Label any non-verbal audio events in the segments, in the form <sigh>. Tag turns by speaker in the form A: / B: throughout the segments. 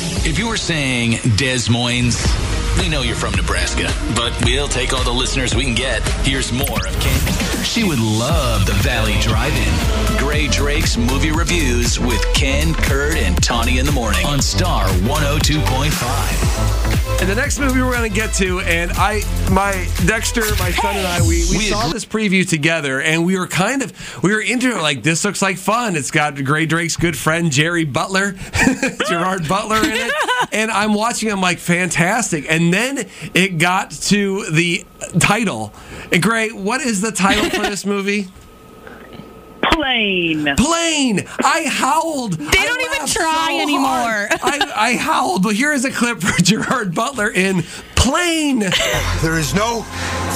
A: If you were saying Des Moines, we know you're from Nebraska, but we'll take all the listeners we can get. Here's more of Ken. She would love the Valley Drive-In. Gray Drake's movie reviews with Ken, Kurt, and Tawny in the morning on Star 102.5.
B: And the next movie we're going to get to, and I, my Dexter, my son and I, we, we,
A: We
B: saw
A: agree.
B: this preview together, and we were kind of we were into it. Like this looks like fun. It's got Gray Drake's good friend Jerry Butler, <laughs> Gerard Butler in
C: <laughs>
B: it, and I'm watching. I'm like, fantastic. And then it got to the title. And Gray, what is the title for
C: <laughs>
B: this movie?
D: Plain.
B: Plane. I howled. They
C: don't even try anymore.
B: I, I howled. But here is a clip for <laughs> Gerard Butler in Plane.
E: There is no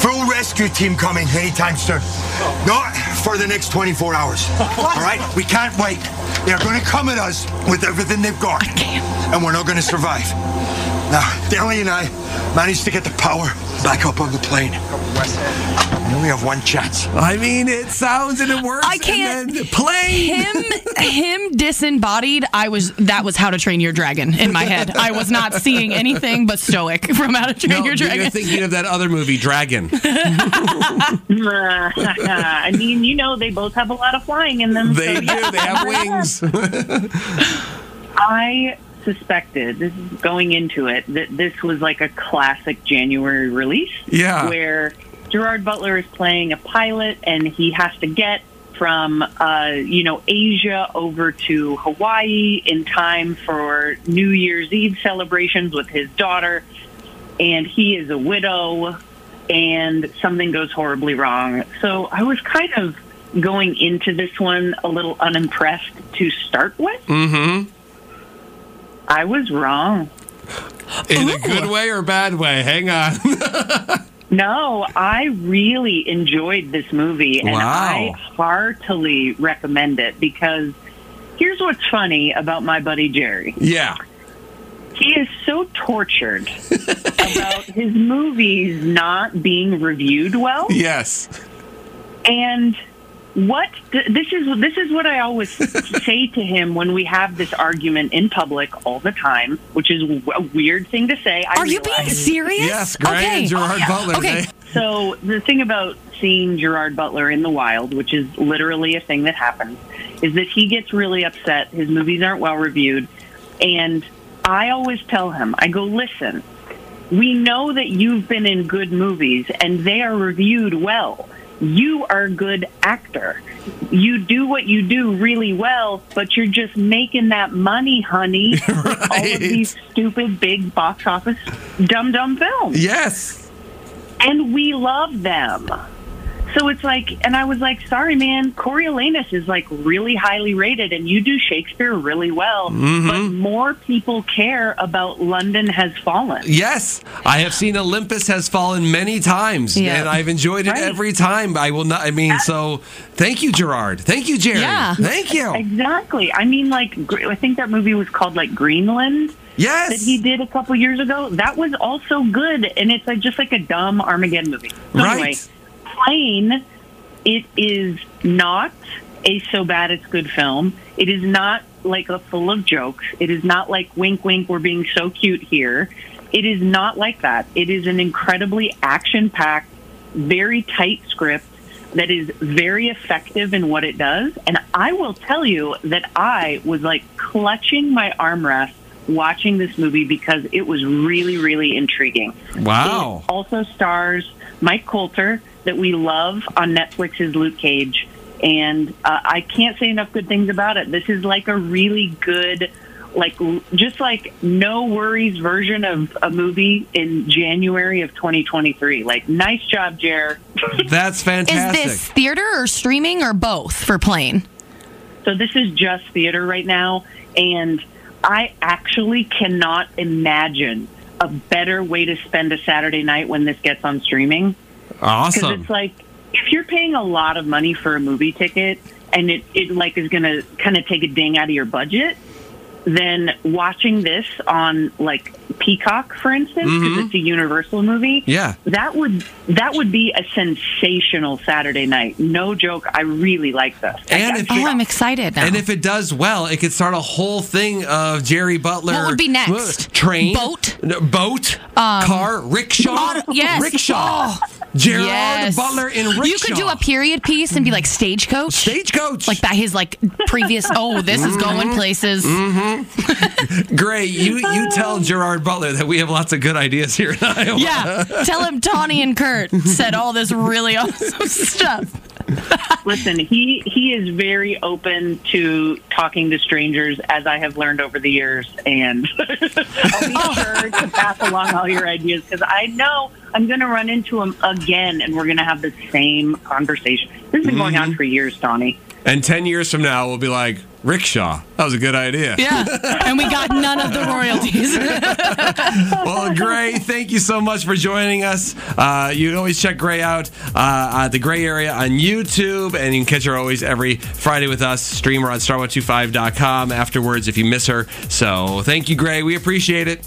E: full rescue team coming anytime soon. Not for the next 24 hours. All right? We can't wait. They're going to come at us with everything they've got. And we're not going to survive. Now, Deli and I managed to get the power back up on the plane. We only have one chance.
B: I mean, it sounds and it works.
C: I can't-
B: And then plane.
C: him him disembodied i was that was how to train your dragon in my head i was not seeing anything but stoic from how to train
B: No,
C: your dragon
B: you're thinking of that other movie, Dragon.
D: <laughs> I mean, you know, they both have a lot of flying in them.
B: They
D: so,
B: do.
D: yeah.
B: They
C: <laughs>
B: have wings.
D: I suspected this is going into it that this was like a classic January release.
B: Yeah.
D: Where Gerard Butler is playing a pilot and he has to get from uh, you know Asia over to Hawaii in time for New Year's Eve celebrations with his daughter and he is a widow and something goes horribly wrong. So I was kind of going into this one a little unimpressed to start with. I was wrong.
B: In a good way or bad way? Hang on. <laughs>
D: No, I really enjoyed this movie and
B: Wow.
D: I heartily recommend it because here's what's funny about my buddy Jerry.
B: yeah.
D: He is so tortured about his movies not being reviewed well.
B: Yes.
D: And what this is this is what I always say to him when we have this argument in public all the time, which is a weird thing to say. I
C: <laughs> are you
D: realize.
C: being serious
B: Yes. Gray and Gerard Butler.
C: Oh, okay
B: they-
D: So the thing about seeing Gerard Butler in the wild, which is literally a thing that happens, is that he gets really upset. His movies aren't well reviewed, and I always tell him, I go, listen, we know that you've been in good movies and they are reviewed well. You are a good actor. You do what you do really well, but you're just making that money, honey. with All of these stupid big box office dum dum films
B: yes.
D: and we love them. So it's like, and I was like, sorry, man, Coriolanus is like really highly rated, and you do Shakespeare really well, but more people care about London Has Fallen.
B: Yes. I have seen Olympus has fallen many times,
C: Yeah.
B: and I've enjoyed it
D: Right.
B: every time. I will not. I mean, so thank you, Gerard. Thank you, Jerry.
C: Yeah.
B: Thank you.
D: Exactly. I mean, like, gr- I think that movie was called like Greenland that
B: Yes.
D: he did a couple years ago. That was also good, and it's like just like a dumb Armageddon movie. So Anyway,
B: Right.
D: Plane, it is not a so bad it's good film. It is not like a full of jokes. It is not like wink wink we're being so cute here. It is not like that. It is an incredibly action packed, very tight script that is very effective in what it does. And I will tell you that I was like clutching my armrest watching this movie because it was really, really intriguing.
B: Wow.
D: It also stars Mike Coulter that we love on Netflix's Luke Cage, and uh, I can't say enough good things about it. This is like a really good, like l- just like no worries version of a movie in January of 2023. Like, nice job, Jer.
B: That's
C: is
B: fantastic.
C: this theater or streaming or both for plane
D: So this is just theater right now, and I actually cannot imagine a better way to spend a Saturday night when this gets on streaming. because
B: awesome.
D: it's like if you're paying a lot of money for a movie ticket and it, it like is going to kind of take a ding out of your budget then watching this on like Peacock, for instance, because it's a Universal movie.
B: Mm-hmm. Yeah.
D: that would that would be a sensational Saturday night. No joke. I really like this. I-
B: And
D: I
B: if-
D: can't-
C: Oh, I'm excited now.
B: And if it does well, it could start a whole thing of Jerry Butler.
C: What would be next?
B: Train,
C: Boat? Um,
B: No, boat, car, rickshaw,
C: auto- yes.
B: rickshaw.
C: Oh.
B: Gerard Butler in rickshaw.
C: You could do a period piece and be like stagecoach.
B: stagecoach.
C: like that, his like
B: <laughs>
C: previous. Oh, this is
B: Mm-hmm.
C: going places.
B: Gray, you you tell Gerard Butler that we have lots of good ideas here in <laughs> Iowa.
C: Yeah, tell him Tawny and Kurt said all this really awesome <laughs> stuff.
D: Listen, he he is very open to talking to strangers, as I have learned over the years, and <laughs> I'll be sure to pass along all your ideas because I know I'm going to run into him again, and we're going to have the same conversation. This has been going on for years, Donnie.
B: And ten years from now, we'll be like rickshaw. That was a good idea.
C: Yeah, and we got none of the royalties. <laughs>
B: Well, Gray, thank you so much for joining us. Uh, you can always check Gray out uh, at the Gray Area on YouTube, and you can catch her always every Friday with us. Stream her on star125.com afterwards if you miss her. So thank you, Gray. We appreciate it.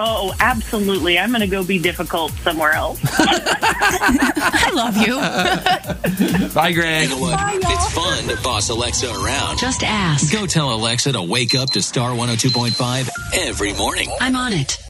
D: Oh, absolutely! I'm going to go be difficult somewhere else.
C: I love you.
B: Bye, Gray.
A: You know what? It's fun to boss Alexa around.
F: Just ask.
A: oh Go tell Alexa to wake up to Star 102.5 every morning.
F: I'm on it.